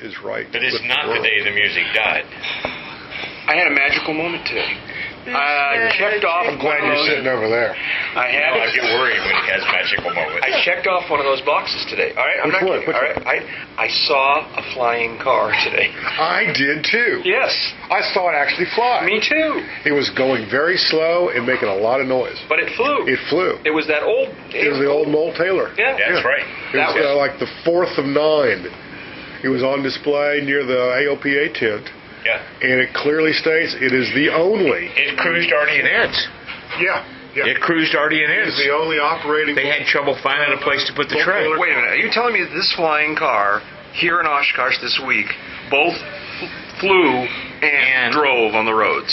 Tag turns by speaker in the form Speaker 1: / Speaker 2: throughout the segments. Speaker 1: is right.
Speaker 2: But it's
Speaker 1: with
Speaker 2: not the
Speaker 1: world.
Speaker 2: day the music died.
Speaker 3: I had a magical moment today. I
Speaker 4: That's
Speaker 3: checked
Speaker 4: good.
Speaker 3: off.
Speaker 1: I'm glad you're sitting over there.
Speaker 3: I
Speaker 2: No,
Speaker 3: had.
Speaker 2: I get worried when he has magical moments.
Speaker 3: I checked off one of those boxes today. All right, I'm
Speaker 1: Which
Speaker 3: not
Speaker 1: one?
Speaker 3: kidding.
Speaker 1: Which
Speaker 3: All right, I I saw a flying car today.
Speaker 1: I did too.
Speaker 3: Yes,
Speaker 1: I saw it actually fly.
Speaker 3: me too.
Speaker 1: It was going very slow and making a lot of noise.
Speaker 3: But it flew.
Speaker 1: It flew.
Speaker 3: It was that old.
Speaker 1: It was the old Noel Taylor.
Speaker 3: Yeah.
Speaker 2: That's
Speaker 1: Yeah.
Speaker 2: right.
Speaker 1: It was
Speaker 3: That
Speaker 1: uh,
Speaker 3: was-
Speaker 1: like the fourth of nine. It was on display near the AOPA tent,
Speaker 2: Yeah.
Speaker 1: and it clearly states it is the only.
Speaker 2: It cruised already in its.
Speaker 1: Yeah, yeah.
Speaker 2: It cruised already in
Speaker 1: It
Speaker 2: its.
Speaker 1: is the only operating.
Speaker 2: They had trouble finding a place to put the tray.
Speaker 3: Wait a minute. Are you telling me that this flying car here in Oshkosh this week both f- flew and,
Speaker 2: And-
Speaker 3: drove on the roads?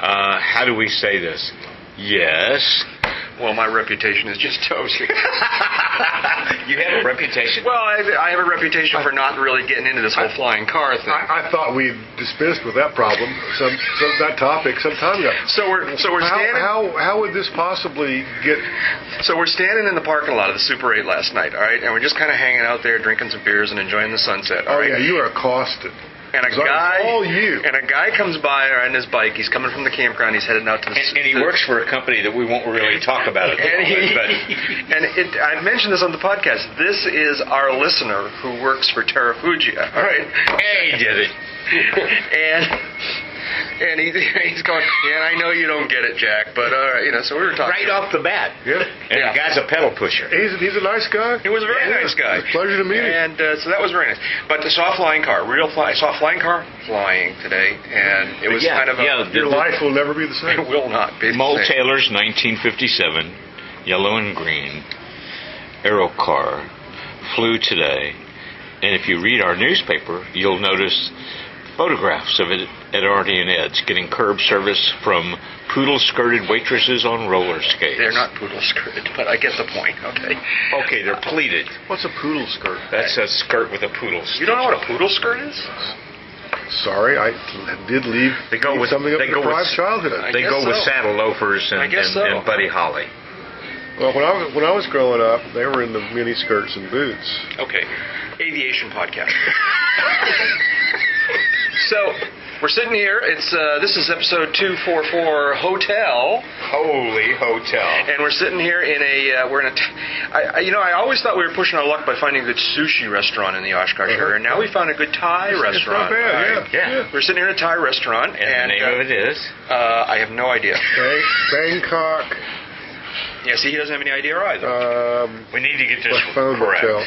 Speaker 2: Uh, how do we say this? Yes.
Speaker 3: Well, my reputation is just toasty.
Speaker 2: you have a reputation.
Speaker 3: well, I have, I have a reputation for not really getting into this whole flying car thing.
Speaker 1: I, I thought we dispensed with that problem, some, some that topic, some time ago.
Speaker 3: so we're so we're
Speaker 1: How,
Speaker 3: standing.
Speaker 1: how how would this possibly get?
Speaker 3: So we're standing in the parking lot of the Super 8 last night, all right, and we're just kind of hanging out there, drinking some beers and enjoying the sunset. All
Speaker 1: Oh yeah,
Speaker 3: right,
Speaker 1: you are accosted.
Speaker 3: and a
Speaker 1: It's all-
Speaker 3: guy,
Speaker 1: all you.
Speaker 3: and a guy comes by on his bike. He's coming from the campground. He's headed out to the.
Speaker 2: And, and he
Speaker 3: the-
Speaker 2: works for a company that we won't really talk about at the
Speaker 3: And, he,
Speaker 2: moment,
Speaker 3: and it, I mentioned this on the podcast. This is our listener who works for Terra Fugia. All right,
Speaker 2: but hey, he did it.
Speaker 3: and and he, he's going. Yeah, and I know you don't get it, Jack, but all right, you know. So we were talking.
Speaker 2: Right off the bat.
Speaker 1: Yeah,
Speaker 2: And
Speaker 3: Yeah.
Speaker 2: the guy's a pedal pusher.
Speaker 1: he's he's a nice guy.
Speaker 3: He was a very
Speaker 1: Yeah,
Speaker 3: nice guy.
Speaker 1: it's a pleasure to meet him.
Speaker 3: And uh, so that was very nice. But I saw a flying car, real fly. I saw a flying car flying today, and it was
Speaker 2: yeah,
Speaker 3: kind of a.
Speaker 2: yeah, the-
Speaker 1: Your life will never be the
Speaker 3: It
Speaker 1: same.
Speaker 3: will not be. the
Speaker 2: Mole
Speaker 3: same.
Speaker 2: Taylor's 1957 yellow and green aero car flew today, and if you read our newspaper, you'll notice photographs of it at Artie and Ed's getting curb service from poodle-skirted waitresses on roller skates.
Speaker 3: They're not poodle skirted, but I get the point. Okay.
Speaker 2: okay. They're pleated.
Speaker 1: What's a poodle skirt?
Speaker 2: That's a skirt with a poodle.
Speaker 3: You don't know what a poodle skirt is?
Speaker 1: Sorry, I did leave.
Speaker 2: They go
Speaker 1: leave
Speaker 2: with-
Speaker 1: something up
Speaker 2: they
Speaker 1: to
Speaker 2: go with-
Speaker 1: deprived childhood.
Speaker 3: I
Speaker 2: They
Speaker 3: guess
Speaker 2: go with
Speaker 3: so.
Speaker 2: saddle loafers and,
Speaker 3: I guess
Speaker 2: and,
Speaker 3: so.
Speaker 2: and Buddy Holly.
Speaker 1: Well, when I was when I was growing up, they were in the mini skirts and boots.
Speaker 3: Okay. Aviation podcast. so we're sitting here. It's uh, this is episode two four four hotel.
Speaker 2: Holy hotel.
Speaker 3: and we're sitting here in a uh, we're in a t- I, I, you know I always thought we were pushing our luck by finding a good sushi restaurant in the
Speaker 2: Uh-huh.
Speaker 3: Oshkosh area. and Now we found a good
Speaker 1: It's
Speaker 3: Thai
Speaker 1: not
Speaker 3: restaurant.
Speaker 1: bad,
Speaker 3: All
Speaker 1: yeah.
Speaker 3: right.
Speaker 2: Yeah.
Speaker 3: We're sitting here in a Thai restaurant, and,
Speaker 2: And, the name of it is
Speaker 3: uh, uh, I have no idea.
Speaker 1: Bang, Bangkok,
Speaker 3: Yeah, see, he doesn't have any idea either.
Speaker 2: Uh.
Speaker 1: um,
Speaker 2: We need to get this
Speaker 1: what phone
Speaker 2: correct.
Speaker 1: hotel?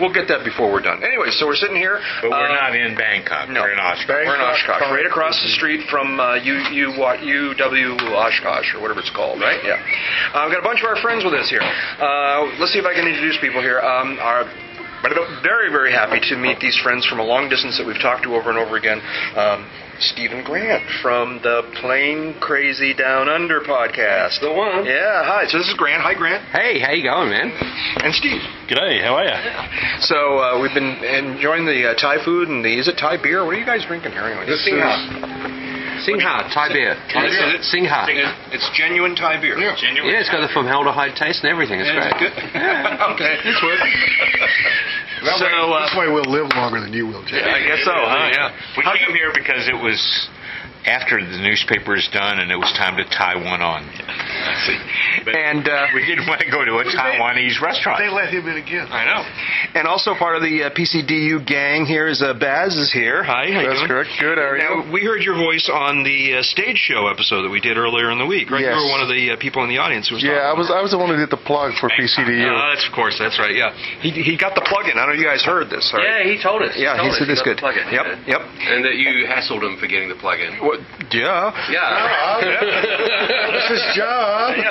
Speaker 3: we'll get that before we're done. Anyway, so we're sitting here.
Speaker 2: But we're
Speaker 3: uh,
Speaker 2: not in Bangkok.
Speaker 3: no.
Speaker 2: We're in Oshkosh.
Speaker 1: Bang-
Speaker 3: We're in Oshkosh,
Speaker 1: Bangkok.
Speaker 3: right across the street from uh, U, U, U, UW Oshkosh, or whatever it's called, right? Yeah. Uh, I've got a bunch of our friends with us here. Uh, let's see if I can introduce people here. Um, our, very, very happy to meet these friends from a long distance that we've talked to over and over again. Um, Stephen Grant from the Plain Crazy Down Under podcast. The one. Yeah, hi. So this is Grant. Hi, Grant.
Speaker 5: Hey, how you going, man?
Speaker 3: And Steve.
Speaker 2: G'day. How are you?
Speaker 3: So uh, we've been enjoying the uh, Thai food and the, is it Thai beer? What are you guys drinking here anyway?
Speaker 1: This
Speaker 3: Sing
Speaker 1: is-
Speaker 3: out.
Speaker 5: Singha, Thai beer.
Speaker 3: This is it.
Speaker 5: Singha.
Speaker 3: It's- It's genuine Thai beer.
Speaker 1: Yeah.
Speaker 2: Genuine.
Speaker 5: Yeah, it's got the from hell to hide taste and everything.
Speaker 3: It's
Speaker 5: It's great.
Speaker 3: good. okay. It's good.
Speaker 1: That
Speaker 3: So,
Speaker 1: way,
Speaker 3: uh,
Speaker 1: this way we'll live longer than you will, Jay.
Speaker 3: I guess so, huh? Yeah.
Speaker 2: We
Speaker 3: How
Speaker 2: came here because it was after the newspaper is done and it was time to tie one on. But
Speaker 3: And uh,
Speaker 2: we didn't want to go to a Taiwanese restaurant.
Speaker 1: They let him in again.
Speaker 3: I know. And also part of the uh, PCDU gang here is uh, Baz is here. Hi. How you
Speaker 1: That's
Speaker 3: doing?
Speaker 1: correct. Good, how are
Speaker 3: Now, we heard your voice on the uh, stage show episode that we did earlier in the week, right?
Speaker 6: Yes.
Speaker 3: You were one of the uh, people in the audience who was
Speaker 6: Yeah, I
Speaker 3: talking.
Speaker 6: was I was the one who did the plug for PCDU.
Speaker 3: Uh, that's of course. That's right. Yeah, he, he got the plug in. I don't know if you guys heard this. all right?
Speaker 5: he told us.
Speaker 3: yeah. He said this good.
Speaker 5: Plug in.
Speaker 3: Yep, yep.
Speaker 5: And that you hassled him for getting the plug in.
Speaker 3: What, yeah.
Speaker 5: Yeah.
Speaker 1: This is job.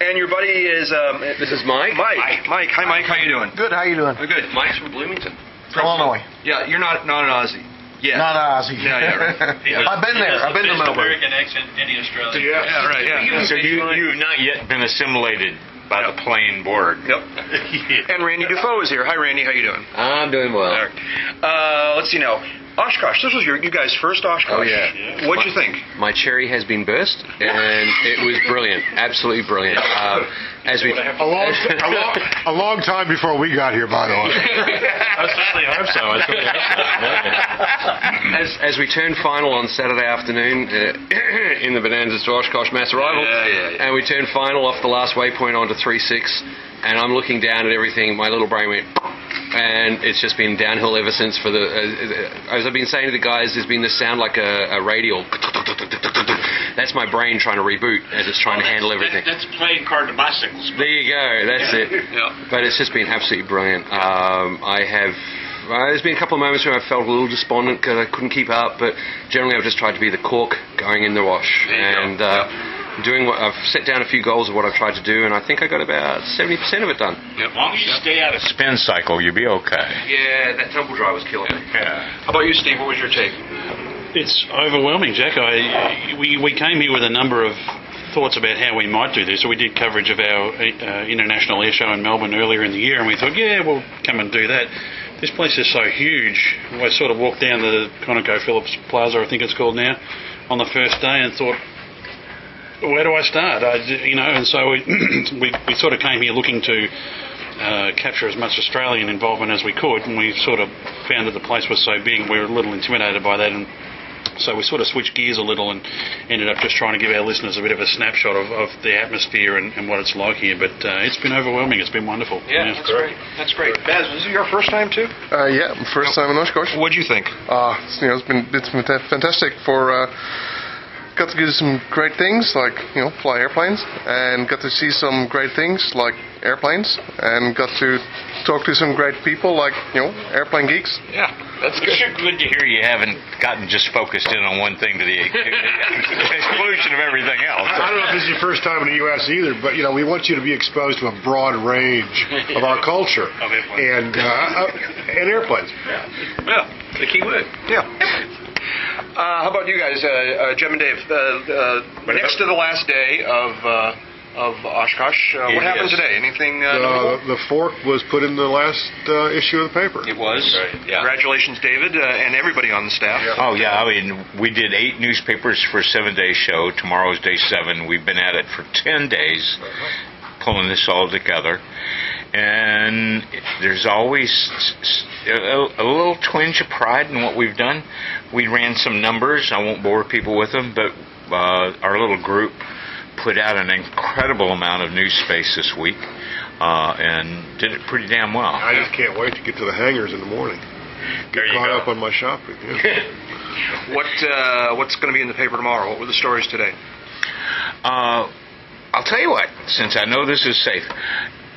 Speaker 3: And your buddy is um,
Speaker 5: This is Mike.
Speaker 3: Mike. Mike. Hi, Mike. How you doing?
Speaker 6: Good, how you doing?
Speaker 3: Good.
Speaker 5: Mike's from Bloomington.
Speaker 6: From Illinois.
Speaker 3: Yeah, you're not not an Aussie. Yeah.
Speaker 6: Not Ozzy.
Speaker 3: Yeah, yeah, right. Yeah.
Speaker 6: I've been there. I've been to Middleburg.
Speaker 3: yeah, right. Yeah.
Speaker 2: so you you've not yet been assimilated by the plain board.
Speaker 3: Yep. And Randy Defoe is here. Hi, Randy. How you doing?
Speaker 5: I'm doing well.
Speaker 3: Oh. Uh, let's see now. Oshkosh. This was your you guys' first Oshkosh.
Speaker 5: Oh, yeah.
Speaker 3: What'd you think?
Speaker 5: My cherry has been burst, and it was brilliant, absolutely brilliant. Uh, as we,
Speaker 1: A long, a, long, a long time before we got here, by the way.
Speaker 2: I certainly hope so. I certainly hope so.
Speaker 5: as, as we turned final on Saturday afternoon uh, in the Bonanzas to Oshkosh mass arrival,
Speaker 3: Yeah, yeah, yeah.
Speaker 5: and we turned final off the last waypoint onto three six, and I'm looking down at everything. My little brain went, and it's just been downhill ever since. For the uh, uh, as I've been saying to the guys, there's been this sound like a, a radial. That's my brain trying to reboot as it's trying to handle everything.
Speaker 6: That's playing card to bicycles.
Speaker 5: There you go. That's it. But it's just been absolutely brilliant. Um, I have. Uh, there's been a couple of moments where I felt a little despondent because I couldn't keep up, but generally I've just tried to be the cork going in the wash
Speaker 3: you go.
Speaker 5: and uh, doing what I've set down a few goals of what I've tried to do, and I think I got about 70% of it done.
Speaker 6: As long as you stay out of
Speaker 2: Spin cycle, you'll be okay.
Speaker 5: Yeah, that tumble dry was killing me.
Speaker 3: How about you, Steve? What was your take?
Speaker 4: It's overwhelming, Jack. I, we, we came here with a number of thoughts about how we might do this. We did coverage of our uh, international air show in Melbourne earlier in the year, and we thought, yeah, we'll come and do that. This place is so huge. I sort of walked down the ConocoPhillips Plaza, I think it's called now, on the first day and thought, where do I start? I, you know, and so we, we, we sort of came here looking to uh, capture as much Australian involvement as we could, and we sort of found that the place was so big, we were a little intimidated by that, and so we sort of switched gears a little and ended up just trying to give our listeners a bit of a snapshot of, of the atmosphere and, and what it's like here. But uh, it's been overwhelming. It's been wonderful.
Speaker 3: Yeah, that's great. That's great. Baz, was it your first time too?
Speaker 6: Uh, yeah, first time in Oshkosh.
Speaker 3: What'd you think?
Speaker 6: Uh, you know, it's been it's been fa- fantastic for. Uh, got to do some great things like you know fly airplanes, and got to see some great things like airplanes, and got to talk to some great people like you know airplane geeks.
Speaker 2: Yeah, that's good. It's good to hear you haven't gotten just focused in on one thing to the exclusion of everything
Speaker 1: I
Speaker 2: else.
Speaker 1: don't know if this is your first time in the U.S. either, but you know we want you to be exposed to a broad range of our culture and uh, uh, and airplanes.
Speaker 3: Yeah, the key word. Yeah. Uh, how about you guys, uh, uh, Jim and Dave? Uh, uh, next to the last day of uh, of Oshkosh, uh,
Speaker 2: Yes.
Speaker 3: what happened today? Anything? Uh, notable?
Speaker 1: Uh, the fork was put in the last uh, issue of the paper.
Speaker 5: It was.
Speaker 2: Yeah.
Speaker 3: Congratulations, David, uh, and everybody on the staff.
Speaker 2: Oh yeah, I mean, we did eight newspapers for a seven-day show. Tomorrow's day seven. We've been at it for ten days, pulling this all together. And there's always s- s- a a little twinge of pride in what we've done. We ran some numbers. I won't bore people with them, but uh, our little group put out an incredible amount of news space this week, uh, and did it pretty damn well.
Speaker 1: I just can't wait to get to the hangars in the morning. Get
Speaker 2: There you
Speaker 1: caught
Speaker 2: go.
Speaker 1: up on my shopping. yeah.
Speaker 3: What uh, what's going to be in the paper tomorrow? What were the stories today?
Speaker 2: Uh, I'll tell you what, since I know this is safe,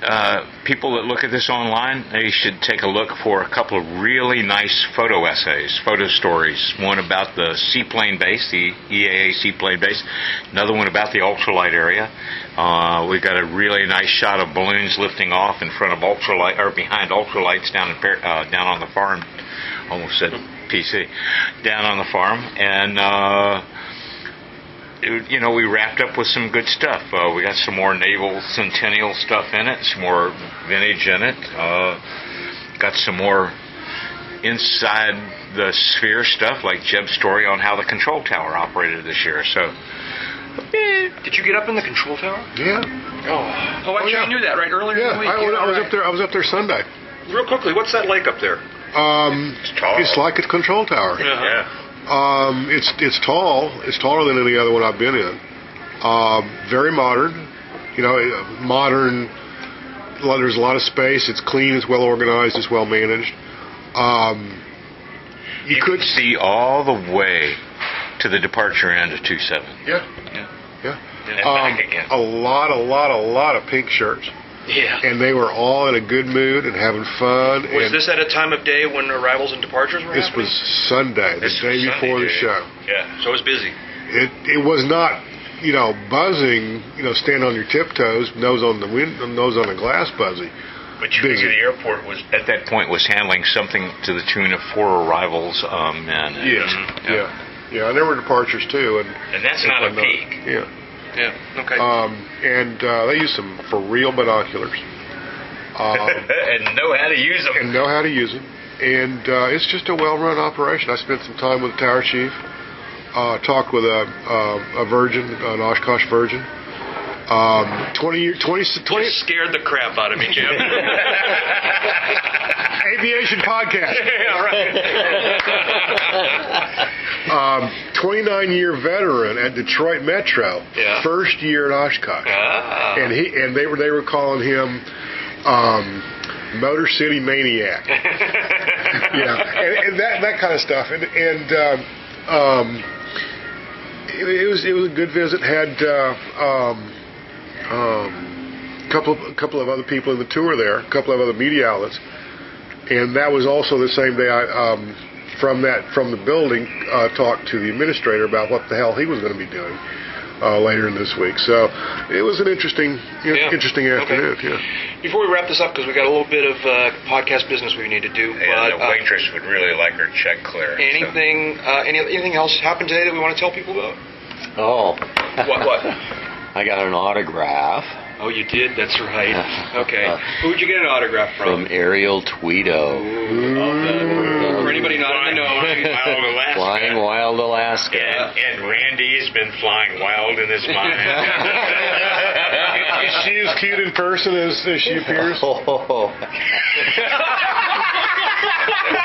Speaker 2: uh, people that look at this online, they should take a look for a couple of really nice photo essays, photo stories. One about the seaplane base, the EAA seaplane base. Another one about the ultralight area. Uh, we got a really nice shot of balloons lifting off in front of ultralight or behind ultralights down in Par- uh, down on the farm. Almost said PC, down on the farm, and. Uh, it- you know, we wrapped up with some good stuff. Uh, we got some more naval centennial stuff in it, some more vintage in it. Uh, got some more inside the sphere stuff, like Jeb's story on how the control tower operated this year. So,
Speaker 3: Did you get up in the control tower?
Speaker 1: yeah,
Speaker 3: Oh, actually,
Speaker 1: yeah.
Speaker 3: you knew that right earlier
Speaker 1: yeah.
Speaker 3: in the week.
Speaker 1: I,
Speaker 3: Yeah,
Speaker 1: I was
Speaker 3: all
Speaker 1: up there. I was up there Sunday.
Speaker 3: right. Real quickly, what's that lake up there?
Speaker 1: Um,
Speaker 2: tall.
Speaker 1: it's like a control tower.
Speaker 2: yeah,
Speaker 1: Um, it's it's tall. It's taller than any other one I've been in. Um, very modern. You know, uh, modern. well, There's a lot of space. It's clean. It's well organized. It's well managed. Um, you,
Speaker 2: you
Speaker 1: could.
Speaker 2: could see all the way to the departure end of two seven
Speaker 1: Yeah. Yeah.
Speaker 2: and
Speaker 1: Um,
Speaker 2: back again.
Speaker 1: a lot, a lot, a lot of pink shirts,
Speaker 3: Yeah.
Speaker 1: and they were all in a good mood and having fun.
Speaker 3: Was
Speaker 1: and
Speaker 3: this at a time of day when arrivals and departures were
Speaker 1: this
Speaker 3: happening?
Speaker 1: was Sunday, the
Speaker 2: This
Speaker 1: day
Speaker 2: was Sunday,
Speaker 1: before the
Speaker 2: dude.
Speaker 1: show.
Speaker 2: Yeah.
Speaker 3: so it was busy.
Speaker 1: it it was not you know buzzing you know stand on your tiptoes nose on the wind nose on the glass buzzy
Speaker 2: But you
Speaker 1: Big.
Speaker 2: the airport was at that point was handling something to the tune of four arrivals um, and
Speaker 1: yes yeah yeah and there were departures too and
Speaker 2: and that's not a
Speaker 1: whatnot.
Speaker 2: peak.
Speaker 1: yeah
Speaker 3: Yeah. Okay.
Speaker 1: um and uh, they used some for real binoculars um,
Speaker 2: and know how to use them.
Speaker 1: and know how to use them and uh, it's just a well-run operation. I spent some time with the tower chief, uh, talked with a, a, a virgin, an Oshkosh virgin. Um, 20 year, 20, 20
Speaker 3: Just scared the crap out of me, Jim.
Speaker 1: aviation podcast.
Speaker 3: yeah, right.
Speaker 1: Um, 29 year veteran at Detroit Metro.
Speaker 3: Yeah.
Speaker 1: First year at Oshkosh.
Speaker 3: Ah.
Speaker 1: and he and they were they were calling him um, Motor City Maniac. yeah, and, and that that kind of stuff. And and um, um, it, it was it was a good visit. Had uh, um, um, couple of, couple of other people in the tour there, a couple of other media outlets, and that was also the same day I. Um, from that, from the building, uh, talked to the administrator about what the hell he was going to be doing uh, later in this week. So it was an interesting, you know,
Speaker 3: Yeah.
Speaker 1: interesting
Speaker 3: Okay.
Speaker 1: afternoon. Yeah.
Speaker 3: Before we wrap this up, because we got a little bit of uh, podcast business we need to do.
Speaker 2: Yeah, the
Speaker 3: but, uh,
Speaker 2: waitress would really like her check clear. so-
Speaker 3: anything, uh, any, anything else happened today that we want to tell people about?
Speaker 7: Oh,
Speaker 3: What? What?
Speaker 7: I got an autograph
Speaker 3: Oh, you did. That's right. Okay. Who'd you get an autograph
Speaker 7: Uh, from
Speaker 3: from?
Speaker 7: Ariel Tweedo,
Speaker 3: For anybody not in the know,
Speaker 2: Wild Alaska.
Speaker 7: Flying Wild Alaska.
Speaker 2: And, and Randy's been flying wild in his mind.
Speaker 1: Is she as cute in person as, as she appears?
Speaker 7: Oh,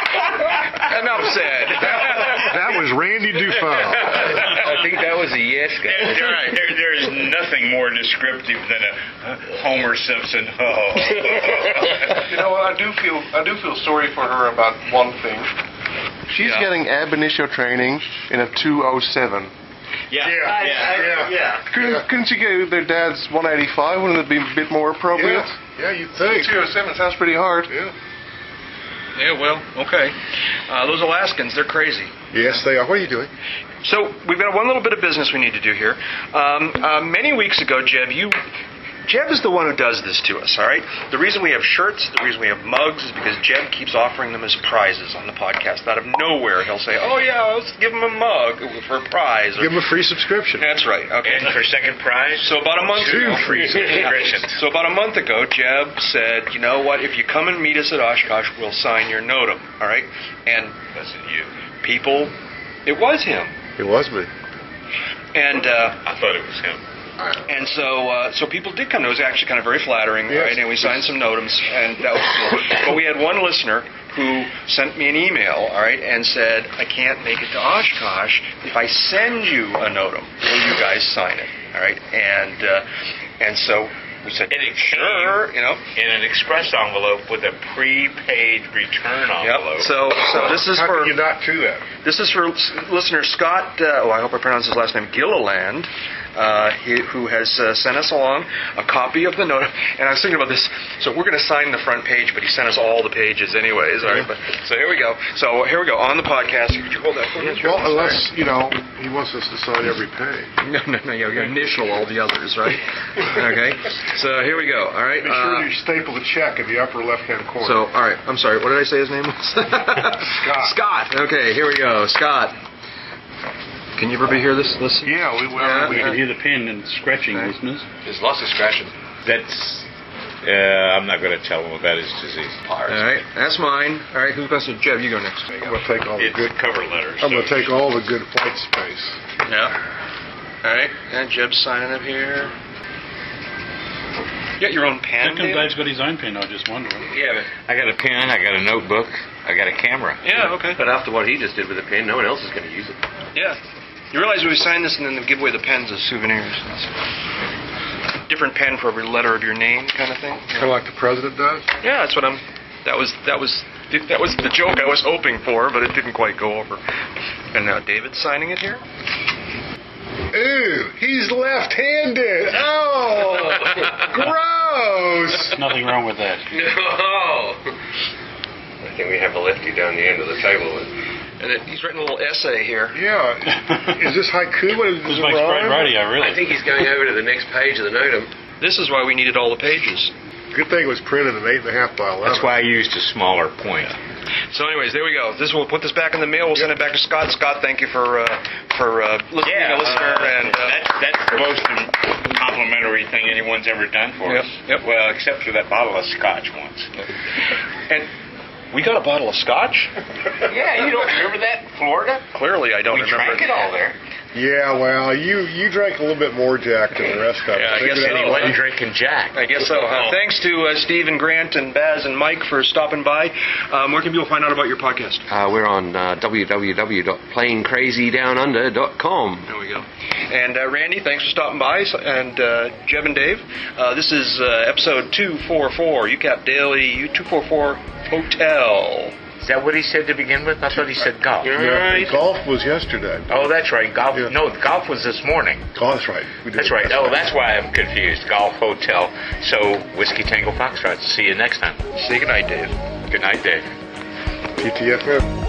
Speaker 3: enough said.
Speaker 1: That was Randy Dufour.
Speaker 7: I think that was a yes
Speaker 8: There,
Speaker 7: guy.
Speaker 8: there- there- there is nothing more descriptive than a Homer Simpson. Oh.
Speaker 6: You know what? I do feel I do feel sorry for her about one thing. She's
Speaker 8: Yeah.
Speaker 6: getting ab initio training in a 207.
Speaker 8: yeah,
Speaker 1: Yeah,
Speaker 8: yeah,
Speaker 1: yeah.
Speaker 8: yeah.
Speaker 6: Couldn't, couldn't she get their dad's 185? Wouldn't it be a bit more appropriate?
Speaker 1: Yeah, yeah, you'd think.
Speaker 6: 207 sounds pretty hard.
Speaker 1: Yeah.
Speaker 3: yeah. Well. Okay. Uh, those Alaskans, they're crazy.
Speaker 1: Yes, they are. What are you doing?
Speaker 3: So we've got one little bit of business we need to do here. Um, uh, many weeks ago, Jeb, you. Jeb is the one who does this to us, all right? The reason we have shirts, the reason we have mugs, is because Jeb keeps offering them as prizes on the podcast. Out of nowhere, he'll say, Oh, yeah, let's give him a mug for a prize. Or,
Speaker 1: Give them a free subscription.
Speaker 3: That's right, okay.
Speaker 8: And for second prize,
Speaker 3: So about a month
Speaker 1: Two
Speaker 3: ago.
Speaker 1: free
Speaker 8: subscriptions.
Speaker 3: So about a month ago, Jeb said, "You know what? If you come and meet us at Oshkosh, we'll sign your notum." All right, and
Speaker 8: wasn't you.
Speaker 3: people, it was him,
Speaker 1: It was me.
Speaker 3: and uh,
Speaker 8: I thought it was him.
Speaker 3: and so uh, so people did come. It was actually kind of very flattering,
Speaker 1: Yes.
Speaker 3: right? And we signed some notums, and that was cool. but we had one listener who sent me an email, all right, and said, "I can't make it to Oshkosh. If I send you a notum, will you guys sign it?" All right, and uh, and so we said,
Speaker 8: And it
Speaker 3: "Sure,"
Speaker 8: came.
Speaker 3: you know.
Speaker 8: In an express envelope with a prepaid return envelope.
Speaker 3: Yep. So, so this is
Speaker 1: How
Speaker 3: for
Speaker 1: could you not do that?
Speaker 3: This is for s- listener Scott. Uh, oh, I hope I pronounce his last name Gilliland, uh, he, who has uh, sent us along a copy of the note. And I was thinking about this. So we're going to sign the front page, but he sent us all the pages, anyways. All right. But, so here we go. So here we go on the podcast. Could you hold that for me?
Speaker 1: Well, unless, you know, he wants us to sign every page.
Speaker 3: No, no, no. You're going to initial all the others, right? okay. So here we go. All right. uh,
Speaker 1: Be sure you staple the check in the upper left-hand corner.
Speaker 3: So, all right, I'm sorry. What did I say his name was? Scott. Scott. Okay, here we go. Scott. Can you everybody hear this? Listen.
Speaker 1: yeah, we, well,
Speaker 3: Yeah,
Speaker 1: we
Speaker 4: You
Speaker 1: can
Speaker 4: can hear the pen and scratching, listeners.
Speaker 2: There's lots of scratching. That's. Uh, I'm not going to tell him about his disease.
Speaker 3: All right, that's mine. All right, who's best? Jeb, you go next.
Speaker 1: I'm going to take all the
Speaker 8: It's
Speaker 1: good.
Speaker 8: a cover letter.
Speaker 1: I'm going
Speaker 8: so
Speaker 1: to take all the good white space.
Speaker 3: Yeah. All right, and Jeb's signing up here. You got your own pen.
Speaker 4: How come
Speaker 3: David?
Speaker 4: Dave's got his own pen? I just wonder.
Speaker 3: Yeah.
Speaker 2: I got a pen. I got a notebook. I got a camera.
Speaker 3: but- Yeah. Okay.
Speaker 5: But after what he just did with the pen, no one else is going to use it.
Speaker 3: Yeah. You realize we signed this and then they give away the pens as souvenirs. Different pen for every letter of your name, kind of thing.
Speaker 1: Kind of like the president does.
Speaker 3: Yeah, that's what I'm. That was that was that was the joke I was hoping for, but it didn't quite go over. And now David's signing it here.
Speaker 1: Ooh, he's left-handed. Oh, gross.
Speaker 4: Nothing wrong with that.
Speaker 5: No! I think we have a lefty down the end of the table.
Speaker 3: And it, he's written a little essay here.
Speaker 1: Yeah. Is this haiku? What is
Speaker 4: This
Speaker 1: this?
Speaker 4: makes great
Speaker 1: rhyme?
Speaker 4: radio, really.
Speaker 5: I think he's going over to the next page of the notum.
Speaker 3: This is why we needed all the pages.
Speaker 1: Good thing it was printed in eight and a half by eleven.
Speaker 2: That's why I used a smaller point.
Speaker 3: So, anyways, there we go. This we'll put this back in the mail. We'll send it back to Scott. Scott, thank you for uh, for uh, listening,
Speaker 8: Yeah,
Speaker 3: a listener,
Speaker 8: uh,
Speaker 3: and uh,
Speaker 8: that's, that's the most complimentary thing anyone's ever done for
Speaker 3: Yep,
Speaker 8: us.
Speaker 3: yep.
Speaker 8: Well, except for that bottle of scotch once.
Speaker 3: and We got a bottle of scotch?
Speaker 2: Yeah, you don't remember that in Florida?
Speaker 3: Clearly, I don't
Speaker 2: We
Speaker 3: remember.
Speaker 2: drank it all there.
Speaker 1: Yeah, well, you you drank a little bit more Jack than the rest of us.
Speaker 3: Yeah, I guess
Speaker 1: Figure that
Speaker 3: so.
Speaker 1: out.
Speaker 2: Wasn't drinking Jack.
Speaker 3: I guess so.
Speaker 8: Oh.
Speaker 5: Oh.
Speaker 3: huh? Thanks to uh, Steve and Grant and Baz and Mike for stopping by. Um, where can people find out about your podcast?
Speaker 5: Uh, we're on uh, www.playingcrazydownunder.com.
Speaker 3: There we go. And uh, Randy, thanks for stopping by. So- And uh, Jeb and Dave, uh, this is uh, episode 244, UCAP Daily, U 244 Hotel.
Speaker 2: Is that what he said to begin with? I thought he said golf.
Speaker 1: Yeah, and golf was yesterday.
Speaker 2: Oh, that's right. Golf.
Speaker 1: Yeah.
Speaker 2: No, golf was this morning.
Speaker 1: Oh, that's right. We did
Speaker 2: That's
Speaker 1: it.
Speaker 2: right. Oh, that's why I'm confused. Golf hotel. So whiskey tango foxtrot. See you next time.
Speaker 3: Say goodnight, Dave.
Speaker 2: Oh, Good night, Dave.
Speaker 1: TTFN.